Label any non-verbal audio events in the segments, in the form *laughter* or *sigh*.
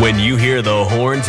When you hear the horns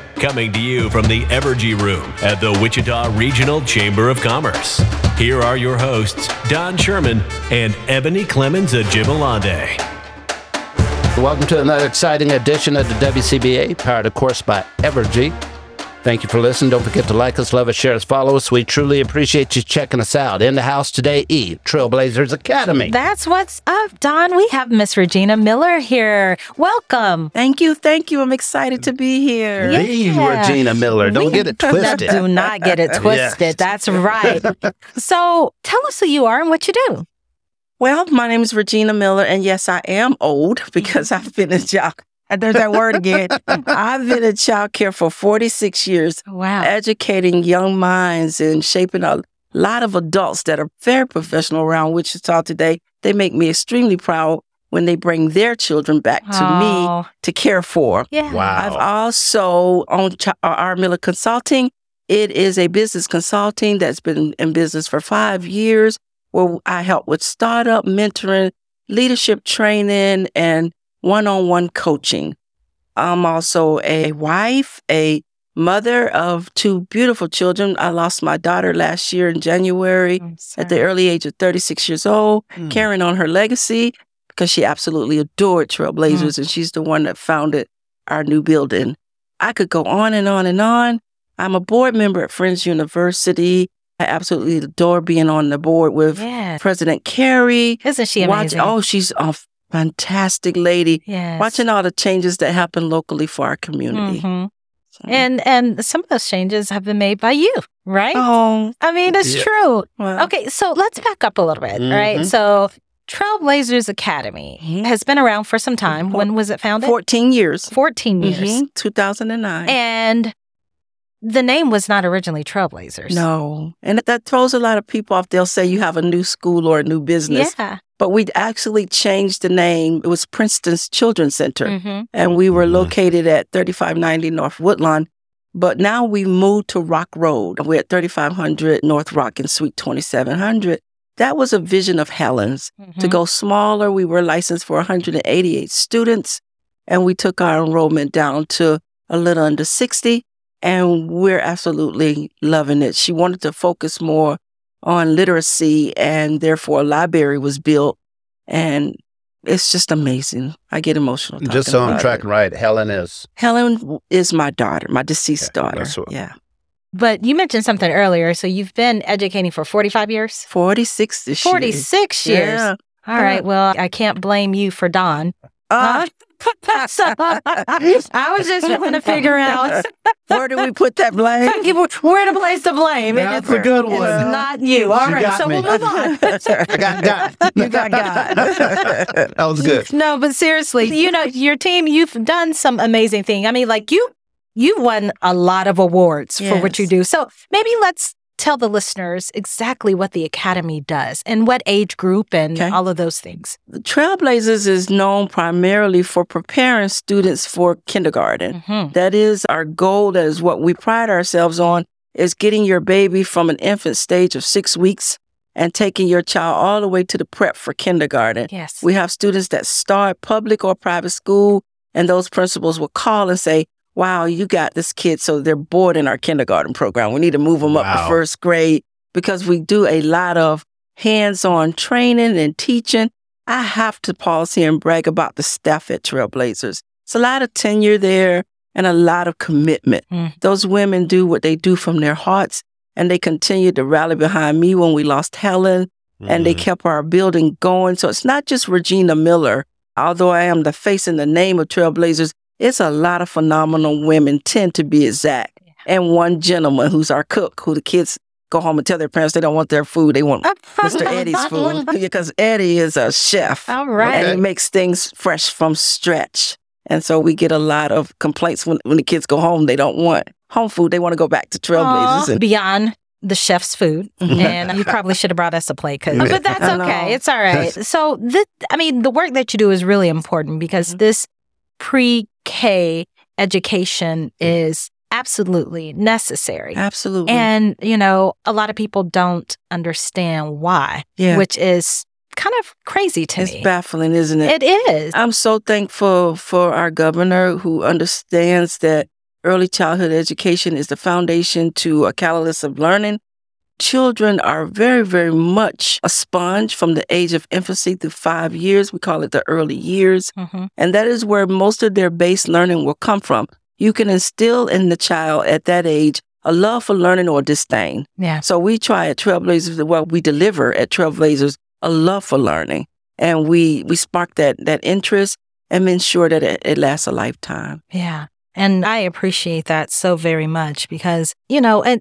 Coming to you from the Evergy Room at the Wichita Regional Chamber of Commerce. Here are your hosts, Don Sherman and Ebony Clemens Ajibalade. Welcome to another exciting edition of the WCBA, powered, of course, by Evergy. Thank you for listening. Don't forget to like us, love us, share us, follow us. We truly appreciate you checking us out. In the house today, E, Trailblazers Academy. That's what's up, Don. We have Miss Regina Miller here. Welcome. Thank you, thank you. I'm excited to be here. Yeah. The Regina Miller. Don't We- get it twisted. Do not *laughs* get it twisted. That's right. So tell us who you are and what you do. Well, my name is Regina Miller, and yes, I am old *laughs* because I've been in child. *laughs* And there's that *laughs* word again. I've been in child care for 46 years, Wow. educating young minds and shaping a lot of adults that are very professional around Wichita today. They make me extremely proud when they bring their children back to me to care for. Oh, Yeah. I've also owned Ch- uh, R. Miller Consulting. It is a business consulting that's been in business for five years, where I help with startup mentoring, leadership training, and one on one coaching. I'm also a wife, a mother of two beautiful children. I lost my daughter last year in January I'm at the sorry. early age of 36 years old, Hmm. carrying on her legacy because she absolutely adored Hmm. Trailblazers and she's the one that founded our new building. I could go on and on and on. I'm a board member at Friends University. I absolutely adore being on the board with Yeah. President Kerry. Isn't she Watch, amazing? oh, she's a fantastic lady. yes. Watching all the changes that happen locally for our community. Mhm. So- And and some of those changes have been made by you, right? oh, Uh-huh. I mean, it's Yeah. true. well, Okay, so let's back up a little bit, right? Mm-hmm. Mhm. So Trailblazers Academy Mhm. has been around for some time. When was it founded? 14 years. 14 years. Mhm, 2009. And the name was not originally Trailblazers. No. And that- that throws a lot of people off. They'll say you have a new school or a new business. Yeah. But we actually changed the name. It was Princeton's Children's Center. Mhm. And we were Mhm. located at 3590 North Woodlawn. But now we moved to Rock Road. We're at 3500 North Rock and Suite 2700. That was a vision of Helen's to Mhm. go smaller. We were licensed for 188 students, and we took our enrollment down to a little under 60. And we're absolutely loving it. She wanted to focus more on literacy, and therefore a library was built. And it's just amazing. I get emotional. Talking Just so I'm about tracking it. right, Helen is. Helen is my daughter, my deceased Okay, daughter. that's what- yeah, But you mentioned something earlier. So you've been educating for 45 years? 46 this year. 46 years. Yeah. All right. Well, I can't blame you for Don. Uh, So, I was just trying to *laughs* figure out where do we put that blame? *laughs* where to place the blame. And That's it's- a good it's one. not you. All You right. got So me. we'll move *laughs* on. I got God. You got *laughs* God. that was *laughs* good. No, but seriously, you know, your team, you've done some amazing thing. I mean, like you you won a lot of awards for what you Yes. do. So maybe let's tell the listeners exactly what the academy does and what age group and Okay. all of those things. Trailblazers is known primarily for preparing students for kindergarten. Mm-hmm. That is our goal. That is what we pride ourselves on is getting your baby from an infant stage of six weeks and taking your child all the way to the prep for kindergarten. Yes. We have students that start public or private school, and those principals will call and say, Wow, you got this kid. So they're bored in our kindergarten program. We need to move them up Wow. to first grade because we do a lot of hands on training and teaching. I have to pause here and brag about the staff at Trailblazers. It's a lot of tenure there and a lot of commitment. Mm. Those women do what they do from their hearts, and they continued to rally behind me when we lost Helen and they Mhm. kept our building going. So it's not just Regina Miller, although I am the face and the name of Trailblazers, it's a lot of phenomenal women, 10 to be exact, and one gentleman who's our cook, who the kids go home and tell their parents they don't want their food, they want *laughs* Mr. Eddie's food, because Eddie is a chef. All right. And he makes things fresh from stretch. And so we get a lot of complaints when, when the kids go home. They don't want home food. They want to go back to Trailblazers. Aw, And, Beyond the chef's food. Mhm. and you probably should have brought us a plate because Yeah. but that's I know. okay it's all right so this i mean the work that you do is really important because Mm-hmm. this pre-k education is absolutely necessary *laughs* Absolutely. and you know a lot of people don't understand why yeah. which is kind of crazy to it's Uh, me baffling, isn't it? it is I'm so thankful for our governor who understands that early childhood education is the foundation to a catalyst of learning. Children are very, very much a sponge from the age of infancy through five years. We call it the early years. Mhm. And that is where most of their base learning will come from. You can instill in the child at that age a love for learning or disdain. yeah So we try at Trailblazers, well, we deliver at Trailblazers a love for learning. And we, we spark that, that interest and ensure that it, it lasts a lifetime. Yeah. And I appreciate that so very much because, you know, and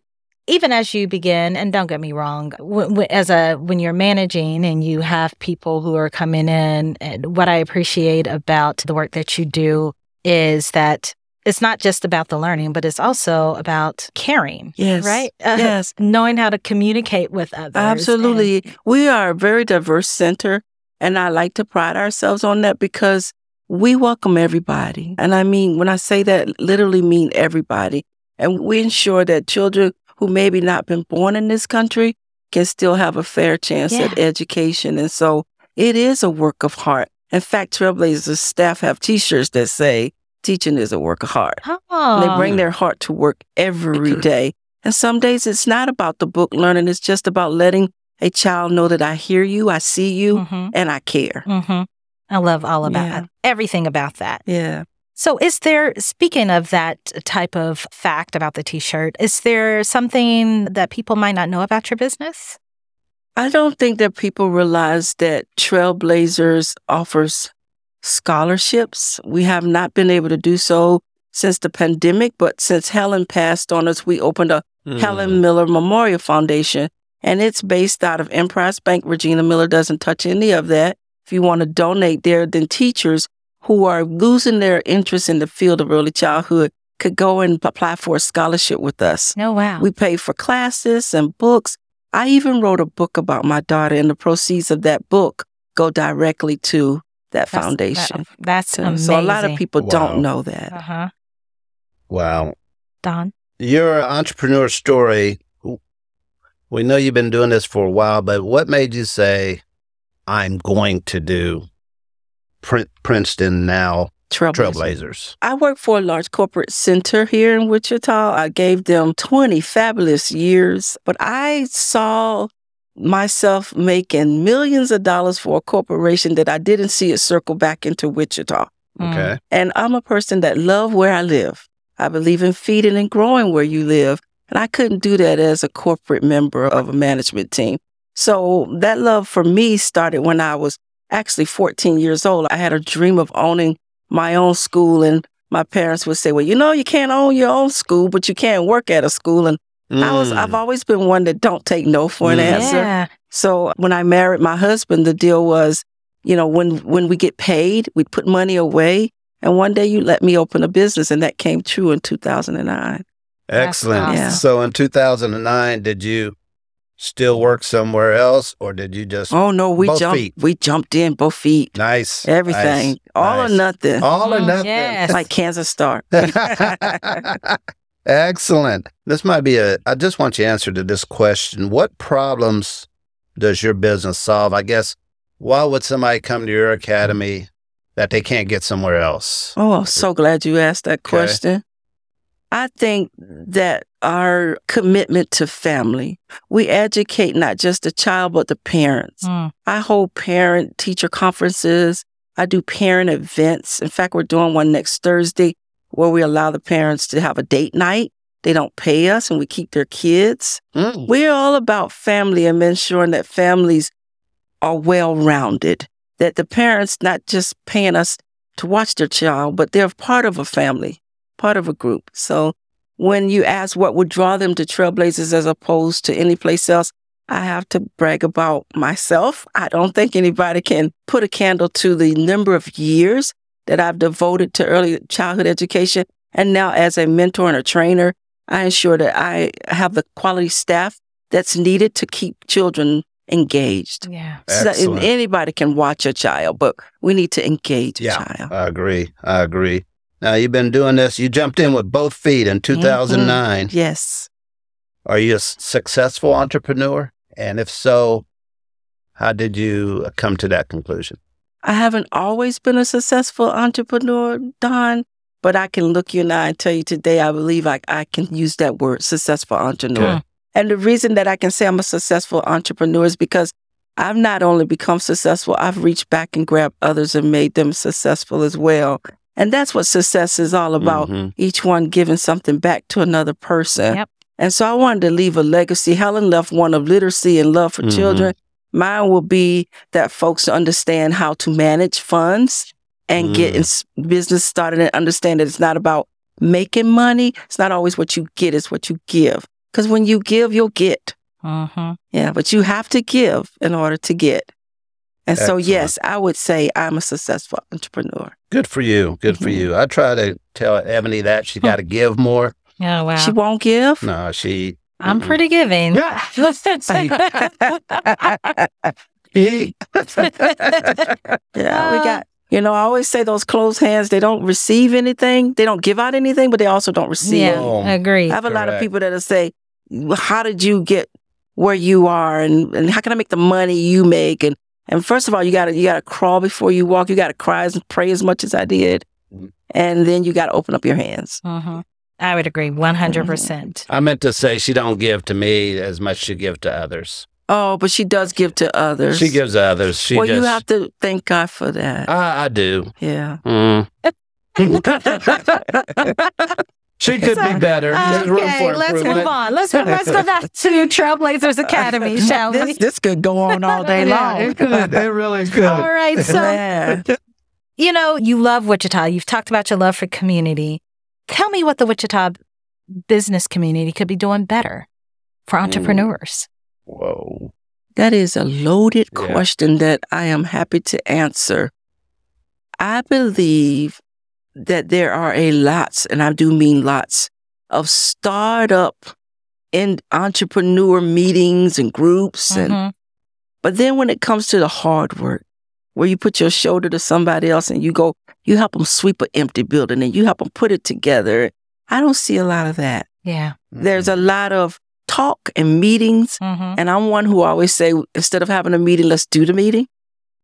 even as you begin, and don't get me wrong, w- w- as a when you're managing and you have people who are coming in, and what I appreciate about the work that you do is that it's not just about the learning, but it's also about caring, Yes. right? Uh, Yes. Knowing how to communicate with others. Absolutely. we are a very diverse center. And I like to pride ourselves on that because we welcome everybody. And I mean, when I say that, literally mean everybody. And we ensure that children who maybe not been born in this country can still have a fair chance at education. And so it is a work of heart. In fact, Trailblazers staff have t shirts that say, teaching is a work of heart. And, And They oh, bring their heart to work every day. And some days it's not about the book learning, it's just about letting a child know that I hear you, I see you, Mhm, and I care. mhm. I love all about Yeah. everything about that. Yeah. So, is there, speaking of that type of fact about the t shirt, is there something that people might not know about your business? I don't think that people realize that Trailblazers offers scholarships. We have not been able to do so since the pandemic, but since Helen passed on us, we opened a Helen Miller Memorial Foundation, and it's based out of Emprise Bank. Regina Miller doesn't touch any of that. If you want to donate there, then teachers who are losing their interest in the field of early childhood could go and apply for a scholarship with us. No, wow. We pay for classes and books. I even wrote a book about my daughter, and the proceeds of that book go directly to that That's- foundation. that- that's So- amazing. So a lot of people Wow. don't know that. Uh huh. Wow. Don. Your entrepreneur story, we know you've been doing this for a while, but what made you say, I'm going to do Prin- Princeton now Trailblazers? I work for a large corporate center here in Wichita. I gave them 20 fabulous years, but I saw myself making millions of dollars for a corporation that I didn't see it circle back into Wichita. Okay. And I'm a person that love where I live. I believe in feeding and growing where you live. And I couldn't do that as a corporate member of a management team. So that love for me started when I was actually 14 years old. I had a dream of owning my own school. And my parents would say, well, you know, you can't own your own school, but you can work at a school. And I was, I've always been one that don't take no for an Mm. answer. Yeah. So when I married my husband, the deal was, you know, when when we get paid, we put money away, and one day you let me open a business, and that came true in 2009. Excellent. awesome. Yeah. So in 2009, did you still work somewhere else or did you just Oh no, we Both jumped, feet. we jumped in both feet, nice everything, nice, all nice. or nothing, All or Mm, nothing. yes. *laughs* like Kansas Star. Excellent. This might be a, I just want you to answer to this question. What problems does your business solve? I guess, why would somebody come to your academy that they can't get somewhere else? *laughs* Oh, I'm so glad you asked that Okay. question. I think that our commitment to family, we educate not just the child, but the parents. Mm. I hold parent teacher conferences. I do parent events. In fact, we're doing one next Thursday where we allow the parents to have a date night They don't pay us and we keep their kids. Mm. We're all about family and ensuring that families are well rounded, that the parents not just paying us to watch their child, but they're part of a family, part of a group. So when you ask what would draw them to Trailblazers as opposed to any place else, I have to brag about myself. I don't think anybody can put a candle to the number of years that I've devoted to early childhood education. And now, as a mentor and a trainer, I ensure that I have the quality staff that's needed to keep children engaged. Yeah. So that Excellent. anybody can watch a child, but we need to engage a Yeah. child. I agree. I agree. Now you've been doing this. You jumped in with both feet in 2009. Yes. Are you a s- successful entrepreneur? And if so, how did you come to that conclusion? I haven't always been a successful entrepreneur, Don, but I can look you in the eye and tell you today, I believe I, I can use that word, successful entrepreneur. Okay. And the reason that I can say I'm a successful entrepreneur is because I've not only become successful, I've reached back and grabbed others and made them successful as well. And that's what success is all about Mhm. each one giving something back to another person. Yep. And so I wanted to leave a legacy. Helen left one of literacy and love for Mhm. children. Mine will be that folks understand how to manage funds and get Mm. ins- business started and understand that it's not about making money. It's not always what you get, it's what you give. Because when you give, you'll get. Mm-hmm. Yeah, but you have to give in order to get. And so, Excellent. yes, I would say I'm a successful entrepreneur. Good for you. Good for Mhm. Mm-hmm. you. I try to tell Ebony that she got to give more. Oh, wow. She Mm. won't give. *laughs* No, she. I'm Mm-mm. pretty giving. *laughs* Yeah. Eek. Yeah, Uh, we got. You know, I always say those closed hands, they don't receive anything. They don't give out anything, but they also don't receive. yeah. Boom. I Agree. have a lot of Correct. people that'll say, "Well, How did you get where you are? And, and how can I make the money you make? And and first of all, you gotta you gotta crawl before you walk. You gotta cry and pray as much as I did. Mhm. And then you gotta open up your hands. hmm I would agree 100%. percent I meant to say she don't give to me as much she give to others. Oh, but she does give to others. She gives to others. She well, just. you have to thank God for that. I, I do. yeah. *laughs* Mm. she could be better. Mm-hmm. There's room for let's improvement. move on. Let's, let's go back to Trailblazers Academy, shall we? *laughs* This, this could go on all day *laughs* Yeah, long. *laughs* really All *laughs* right. So, Yeah. you know, you love Wichita. You've talked about your love for community. Tell me what the Wichita business community could be doing better for Mm. entrepreneurs. Whoa. That is a loaded Yeah. question that I am happy to answer. I believe that there are a lots, and I do mean lots, of startup and entrepreneur meetings and groups and Mhm. but then when it comes to the hard work, where you put your shoulder to somebody else and you go, you help them sweep an empty building and you help them put it together. I don't see a lot of that. Yeah. There's a lot of talk and meetings. hmm And I'm one who always say, instead of having a meeting, let's do the meeting.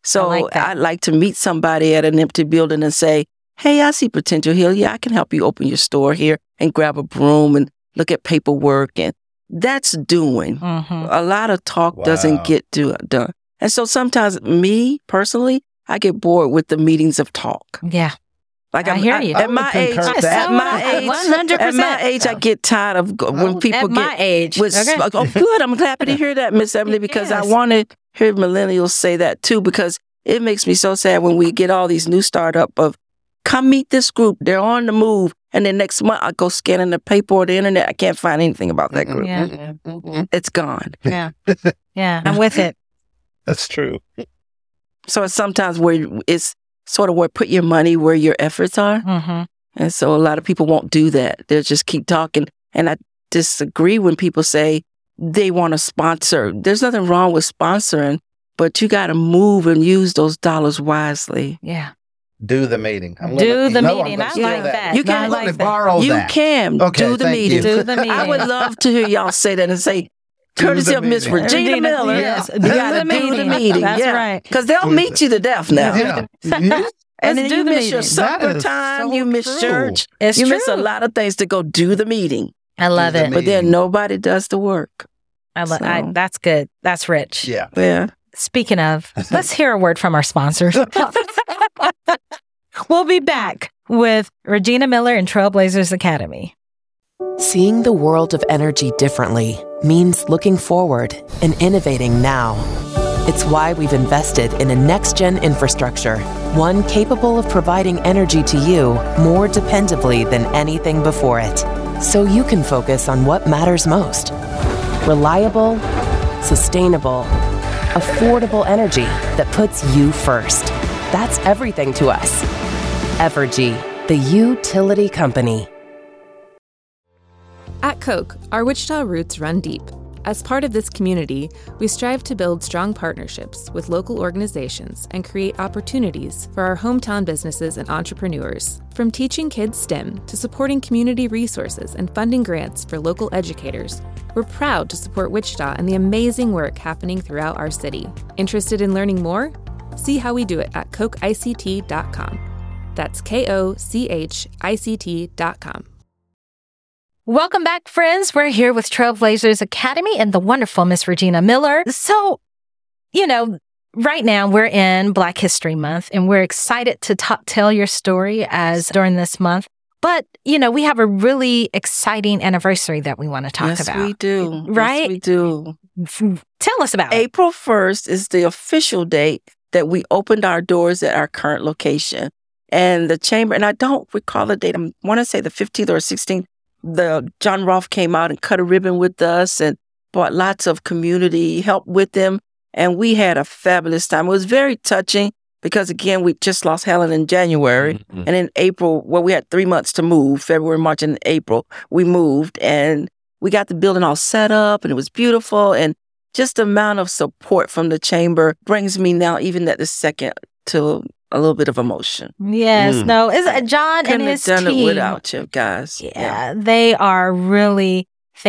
So I like that. I'd like to meet somebody at an empty building and say, hey, I see potential here. Yeah, I can help you open your store here and grab a broom and look at paperwork. And that's doing hmm a lot of talk Wow. doesn't get do, done. And so sometimes me personally, I get bored with the meetings of talk. Yeah. Like I I'm- hear you. I At would my age, concur with at that. my So would I. age, 100%. at my age, I get tired of go, when Oh. people At get my age. with okay. smoke. Oh, good. I'm happy to hear that, Miss Emily, because I Yes. want to hear millennials say that too, because it makes me so sad when we get all these new startup of come meet this group. They're on the move. And then next month I go scanning the paper or the internet. I can't find anything about that group. Yeah. Mm-hmm. It's gone. yeah. *laughs* Yeah. I'm with it. That's true. So it's sometimes where it's sort of where put your money where your efforts are. hmm And so a lot of people won't do that. They'll just keep talking. And I disagree when people say they want to sponsor. There's nothing wrong with sponsoring, but you got to move and use those dollars wisely. Yeah. Do the meeting. I'm Do gonna- the no, I'm meeting. gonna I do like that. You No, I can- like Let me that. borrow you that. can Okay, do the thank you. meeting. Do the meeting. *laughs* I would love to hear y'all say that and say, Do courtesy the of Miss meeting. Regina Regina, Miller, yes. you got to do the meeting. That's yeah. right. Because they'll meet you to death now. Yeah. Yeah. And Let's then do you the miss meeting. your supper That is time, so you miss true. church. It's you true. miss a lot of things to go do the meeting, I love Is it it. but then nobody does the work. I love. I, So- that's good. That's rich. yeah. Yeah. Speaking *laughs* of, let's hear a word from our sponsors. we'll be back with Regina Miller and Trailblazers Academy. Seeing the world of energy differently means looking forward and innovating now. It's why we've invested in a next gen infrastructure, one capable of providing energy to you more dependably than anything before it, so you can focus on what matters most reliable, sustainable, affordable energy that puts you first. That's everything to us. Evergy, the utility company. At Coke, our Wichita roots run deep. As part of this community, we strive to build strong partnerships with local organizations and create opportunities for our hometown businesses and entrepreneurs. From teaching kids STEM to supporting community resources and funding grants for local educators, we're proud to support Wichita and the amazing work happening throughout our city. Interested in learning more? See how we do it at cokeict.com. That's K O C H I C T.com. Welcome back, friends. We're here with Trailblazers Academy and the wonderful Miss Regina Miller. So, you know, right now we're in Black History Month and we're excited to ta- tell your story as during this month. But, you know, we have a really exciting anniversary that we want to talk yes, about. we do. Right? Yes, we do. F- Tell us about it. April 1st is the official date that we opened our doors at our current location. And the chamber, and I don't recall the date, I want to say the 15th or 16th, the John Rolfe came out and cut a ribbon with us and brought lots of community help with them. And we had a fabulous time. It was very touching because, again, we just lost Helen in January. Mhm. Mm. And in April, well, we had three months to move February, March, and April. We moved and we got the building all set up and it was beautiful. And just the amount of support from the chamber brings me now, even at the second, to a little bit of emotion. Yes, Mm. no, it's, uh, John Couldn't and his have done team. it without you guys. Yeah, they are really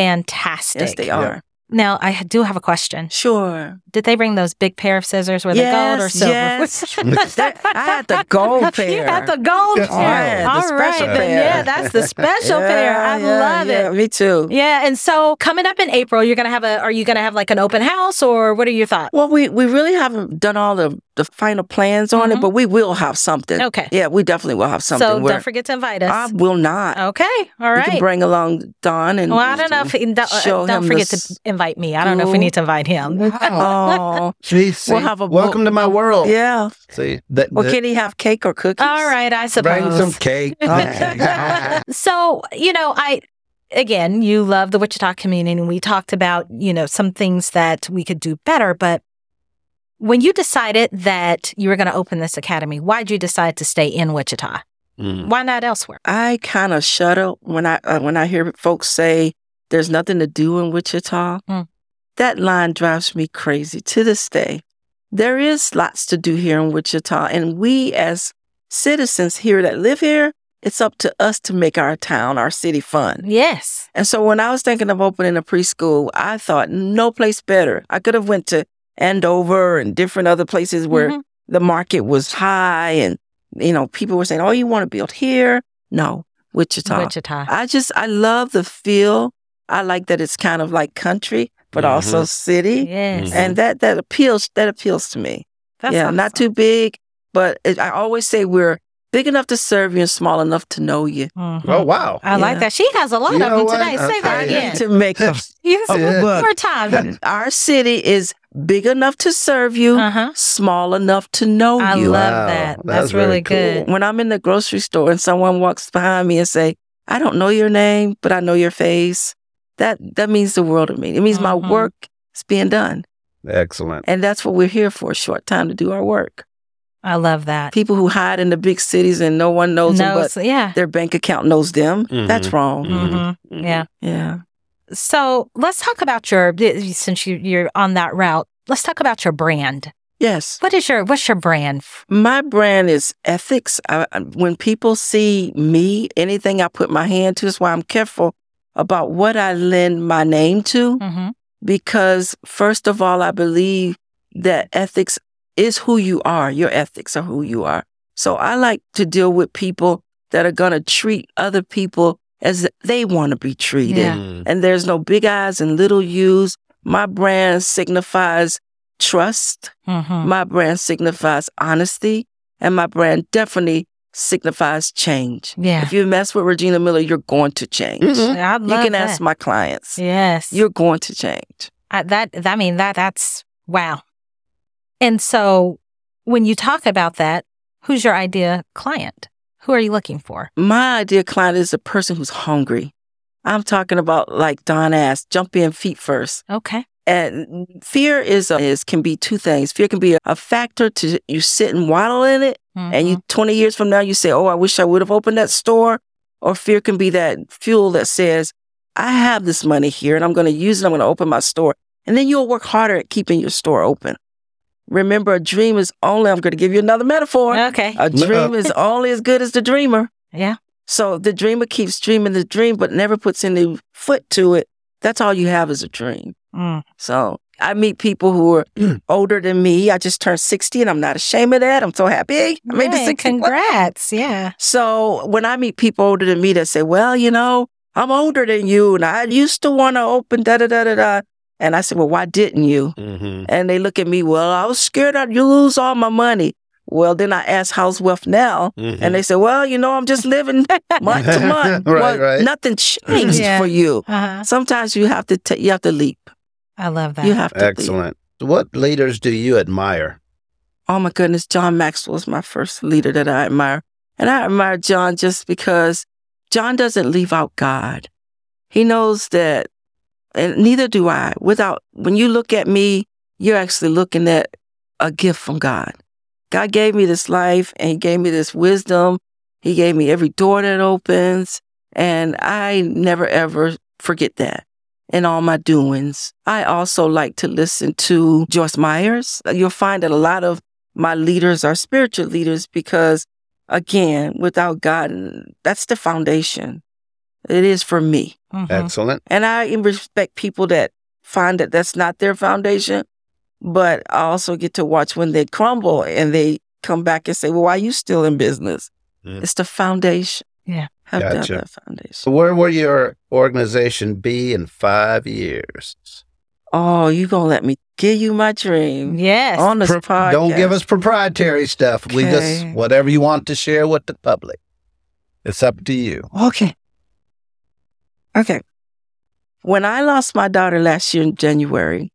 fantastic. Yes, they are. Now, I do have a question. Sure. Did they bring those big pair of scissors? Were they gold or Yes, silver? *laughs* yes. That- I had the gold You pair. had the gold Yeah, pair. the All special right, then, pair. yeah, that's the special Yeah, pair. I yeah, love yeah, it. Me too. Yeah, and so coming up in April, you're gonna have a. Are you gonna have like an open house, or what are your thoughts? Well, we, we really haven't done all the, the final plans on Mhm. it, but we will have something. Okay. Yeah, we definitely will have something. so where don't forget to invite I us. will not. okay, all You can right. bring along Don and Well, I don't know *laughs* if show don't, don't him forget this- to invite me. I don't know if we school. need to invite him. Wow. Oh, See, see, We'll have a welcome to my world. yeah. See, that, Well, that- can he have cake or cookies? All right, I suppose. bring some cake. *laughs* *laughs* Okay. so you know i again you love the wichita community and we talked about you know some things that we could do better but when you decided that you were going to open this academy why did you decide to stay in wichita Mm. why not elsewhere I kind of shudder when I uh, when I hear folks say there's nothing to do in Wichita. Mm. That line drives me crazy to this day. There is lots to do here in Wichita, and we as citizens here that live here, it's up to us to make our town, our city fun. yes And so when I was thinking of opening a preschool, I thought no place better. I could have went to Andover and different other places where Mhm. the market was high and you know people were saying, "Oh, you want to build here?" No, Wichita. wichita I just I love the feel. I like that it's kind of like country but also city. yes Mhm. And that that appeals that appeals to me. That's yeah, awesome. not too big, but it, I always say we're big enough to serve you and small enough to know you. Mhm. Oh, wow. i like Yeah. that she has a lot You of know them what? today say that I Okay. again need *laughs* to make a yes, Oh, one look. more time our city is big enough to serve you, uh-huh small enough to know i you. love Oh, Wow, that that's, that's very really cool. good When I'm in the grocery store and someone walks behind me and say, "I don't know your name, but I know your face," that that means the world to me. It means Mhm. my work is being done, Excellent. and that's what we're here for—a short time to do our work. i love that People who hide in the big cities and no one knows them, Knows- but yeah their bank account knows them. That's Mhm. wrong. Mhm. Mhm. yeah Yeah. So let's talk about your since you, you're on that route. Let's talk about your brand. Yes. What is your what's your brand? My brand is ethics. I, I- when people see me, anything I put my hand to is why I'm careful about what I lend my name to. Mm-hmm. Because, first of all, I believe that ethics is who you are. Your ethics are who you are. So I like to deal with people that are going to treat other people as they want to be treated Yeah. Mm. and there's no big I's and little U's. My brand signifies trust. Mm-hmm. My brand signifies honesty, and my brand definitely signifies change. Yeah. If you mess with Regina Miller, you're going to change. Mhm. I love You can that. ask my clients. Yes. You're going to change. I, that, that- I mean, that, that's wow. And so when you talk about that, who's your idea client? Who are you looking for? My ideal client is a person who's hungry. I'm talking about like Don asked, jump in feet first. Okay. And fear is, a, is can be two things. Fear can be a, a factor to you sit and waddle in it, and you 20 years from now you say, "Oh, I wish I would have opened that store." Or fear can be that fuel that says, "I have this money here, and I'm going to use it. I'm going to open my store." And then you'll work harder at keeping your store open. Remember, a dream is only. I'm going to give you another metaphor. Mhm. okay. A dream Uh, is only as good as the dreamer. Yeah. So the dreamer keeps dreaming the dream, but never puts any foot to it. That's all you have is a dream. Mm. So I meet people who are older than me. I just turned 60 and I'm not ashamed of that. I'm so happy. I made Mm-hmm. the Yay, 60. Congrats. Yeah. So when I meet people older than me that say, well, you know, I'm older than you and I used to want to open da da da da da. And I said, well, why didn't you? Mm. Mm-hmm. And they look at me, well, I was scared I'd lose all my money. Well, then I ask, how's wealth now? And they say, well, you know, I'm just living *laughs* month *laughs* to month. Mm-hmm. Right, well, right. *laughs* Nothing changed Yeah. for you. Uh-huh. Sometimes you have to ta- you have to leap. I love that. You have to leap. Excellent. What leaders do you admire? oh my goodness, John Maxwell is my first leader that I admire. And I admire John just because John doesn't leave out God. He knows that, and neither do I. Without, when you look at me, you're actually looking at a gift from God. God gave me this life and He gave me this wisdom. He gave me every door that opens. And I never ever forget that in all my doings. I also like to listen to Joyce Myers. You'll find that a lot of my leaders are spiritual leaders because, again, without God, that's the foundation. It is for me. Mhm. Excellent. And I respect people that find that that's not their foundation, but I also get to watch when they crumble and they come back and say, Well, why are you still in business? Mm. It's the foundation. Yeah. Have to have Gotcha. that foundation. So where will your organization be in five years? Oh, you gonna let me give you my dream Yes. on this Pro- podcast. Don't give us proprietary stuff. We just Okay. whatever you want to share with the public. It's up to you. Okay. Okay. When I lost my daughter last year in January,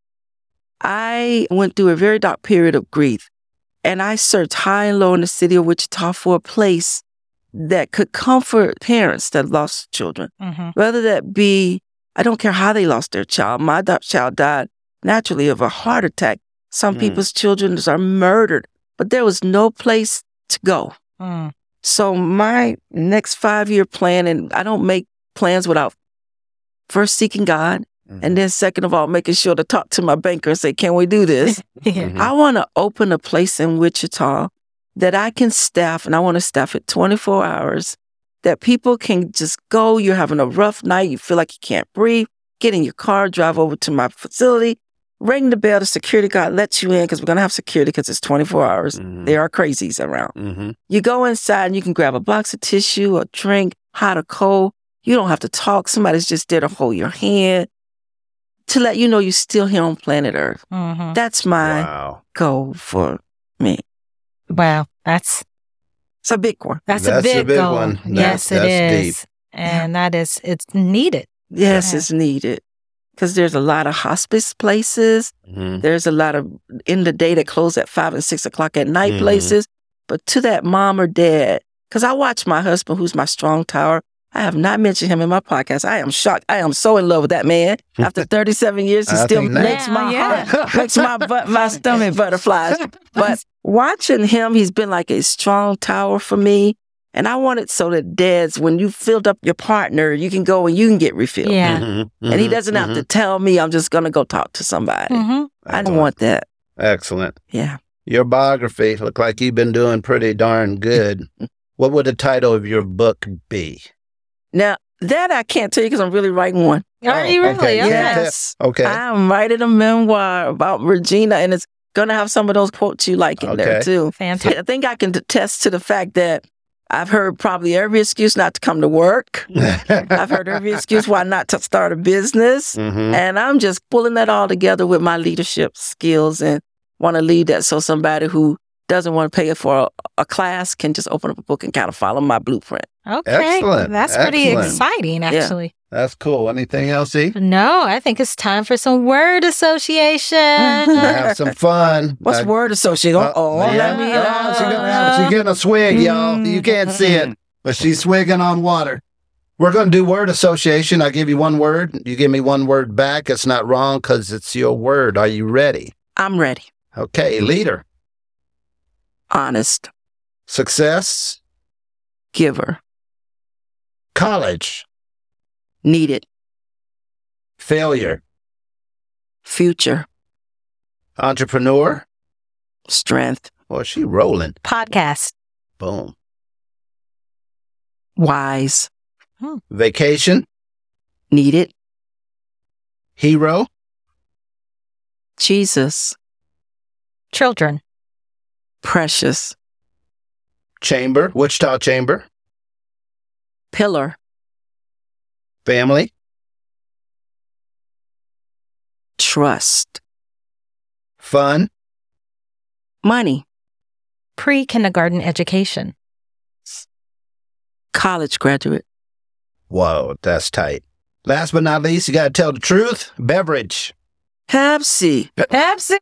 I went through a very dark period of grief. And I searched high and low in the city of Wichita for a place that could comfort parents that lost children, Mm-hmm. Mhm. whether that be, I don't care how they lost their child. My do- child died naturally of a heart attack. Some Mm. people's children are murdered, but there was no place to go. Mm. So my next five year plan, and I don't make plans without first seeking God, and then second of all, making sure to talk to my banker and say, "Can we do this?" Yeah. I want to open a place in Wichita that I can staff, and I want to staff it twenty four hours. That people can just go. You're having a rough night. You feel like you can't breathe. Get in your car, drive over to my facility, ring the bell. The security guard lets you in because we're gonna have security because it's twenty four hours. There are crazies around. Mm-hmm. You go inside and you can grab a box of tissue, a drink, hot or cold. You don't have to talk. Somebody's just there to hold your hand to let you know you're still here on planet Earth. Mhm. That's my Wow. goal for me. Wow. That's It's a big one. that's, That's a big big goal. one. Yes, That's- it that's is. And that is it's needed. Yes, Yeah. it's needed because there's a lot of hospice places. Mm-hmm. There's a lot of in the day that close at five and six o'clock at night Mm-hmm. Mhm. places. But to that mom or dad, because I watch my husband, who's my strong tower. I have not mentioned him in my podcast. I am shocked. I am so in love with that man. *laughs* After 37 years, he I still think that- makes Now, my yeah. heart, *laughs* makes my butt, my stomach butterflies. *laughs* But watching him, he's been like a strong tower for me. And I want it so that dads, when you filled up your partner, you can go and you can get refilled. Yeah. Mm-hmm. And he doesn't have to tell me I'm just going to go talk to somebody. Mhm. I don't want that. Excellent. Yeah. Your biography looked like you've been doing pretty darn *laughs* good. what would the title of your book be? Now, that I can't tell you because I'm really writing one. Are Oh, you really? okay. Yeah, Okay. Yes. Okay. I'm writing a memoir about Regina, and it's going to have some of those quotes you like in there, Okay. too. Fantastic. I think I can attest to the fact that I've heard probably every excuse not to come to work. I've heard *laughs* every excuse why not to start a business. Mm-hmm. And I'm just pulling that all together with my leadership skills and want to lead that so somebody who doesn't want to pay for a, a class can just open up a book and kind of follow my blueprint. Okay. Excellent. That's pretty Excellent. exciting, actually. That's cool. Anything else, E? No, I think it's time for some word *laughs* association. *laughs* Have some fun. What's Uh, word associated? uh, oh, yeah. let me Oh, she out. Mm. got- She's getting a swig, y'all. You can't see it, but she's swigging on water. We're going to do word association. I give you one word. You give me one word back. It's not wrong because it's your word. Are you ready? I'm ready. Okay, leader, Honest success, giver college, needed failure, future entrepreneur. strength Boy, she rolling. Podcast. Boom. wise Vacation, needed hero, Jesus Children. precious chamber, Wichita chamber, pillar family, trust fun, money Pre kindergarten education. college graduate Whoa, that's tight. Last but not least, you got to tell the truth. Beverage. Pepsi Pepsi.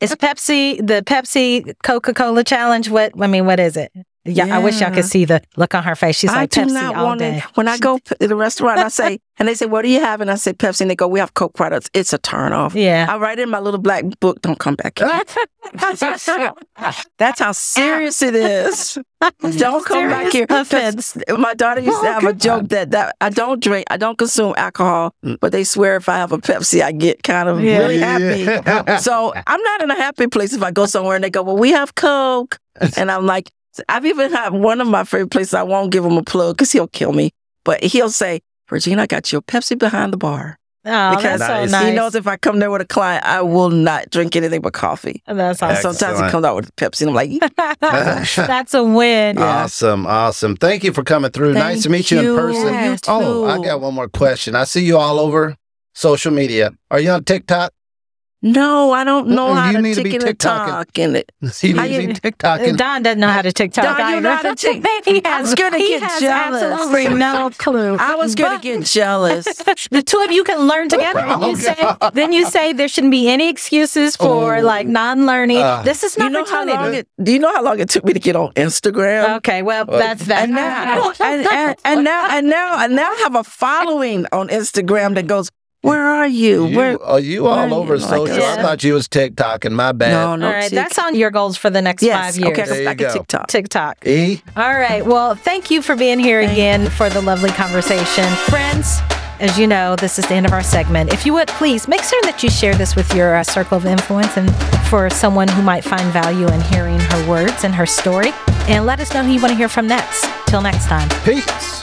is Pepsi the Pepsi Coca Cola challenge? What I mean, what is it? Yeah, I wish y'all Yeah. could see the look on her face. She's like I do Pepsi not all want day. it. *laughs* When I go p- to the restaurant, I say, and they say, "What do you have?" And I say, "Pepsi." And they go, "We have Coke products." It's a turn off. Yeah. I write it in my little black book. Don't come *laughs* back. here." That's how serious *laughs* it is. Don't come Serious back here. 'Cause offense. My daughter used to have a joke that, that I don't drink, I don't consume alcohol, but they swear if I have a Pepsi, I get kind of really happy. So I'm not in a happy place if I go somewhere and they go, Well, we have Coke. And I'm like, I've even had one of my favorite places, I won't give him a plug because he'll kill me, but he'll say, Regina, I got your Pepsi behind the bar. Oh, Because that's so Nice. nice. He knows if I come there with a client, I will not drink anything but coffee. that's And awesome. *laughs* Sometimes he Excellent. comes out with Pepsi, and I'm like, that's a win. Awesome, awesome. Thank you for coming through. nice to Thank meet you, in you. person. Yes, oh, I too. Uh, got one more question. I see you all over social media. Are you on TikTok? *laughs* No, I don't know Mm-mm, how you to need to be ticket and TikToking. talk in *laughs* it. You I need *laughs* am- to be TikToking. Don doesn't know how to TikTok. Don, you either. know how to Tik- *laughs* he I was has, gonna he get has jealous. absolutely *laughs* no clue. I was going But to get *laughs* jealous. the two of you can learn *laughs* together. You say, then you say there shouldn't be any excuses for Oh, Oh. like non-learning. Uh, this is you not know how long opportunity. it? Do you know how long it took me to get on Instagram? Okay, well Uh, that's that. *laughs* and now, and, *laughs* and, and now, and now, and now, I have a following on Instagram that goes, "Where are you? Where?" you, are you where all are over you? Like social? us. I thought you was TikToking. No, My bad. no. All right, tick- that's on your goals for the next yes. five years. Okay, I There can- I you can go. TikTok. TikTok. E, All right. Well, thank you for being here again for the lovely conversation. Friends, as you know, this is the end of our segment. If you would, please make certain that you share this with your uh, circle of influence and for someone who might find value in hearing her words and her story. And let us know who you want to hear from next. Till next time. peace.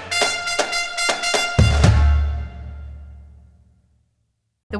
The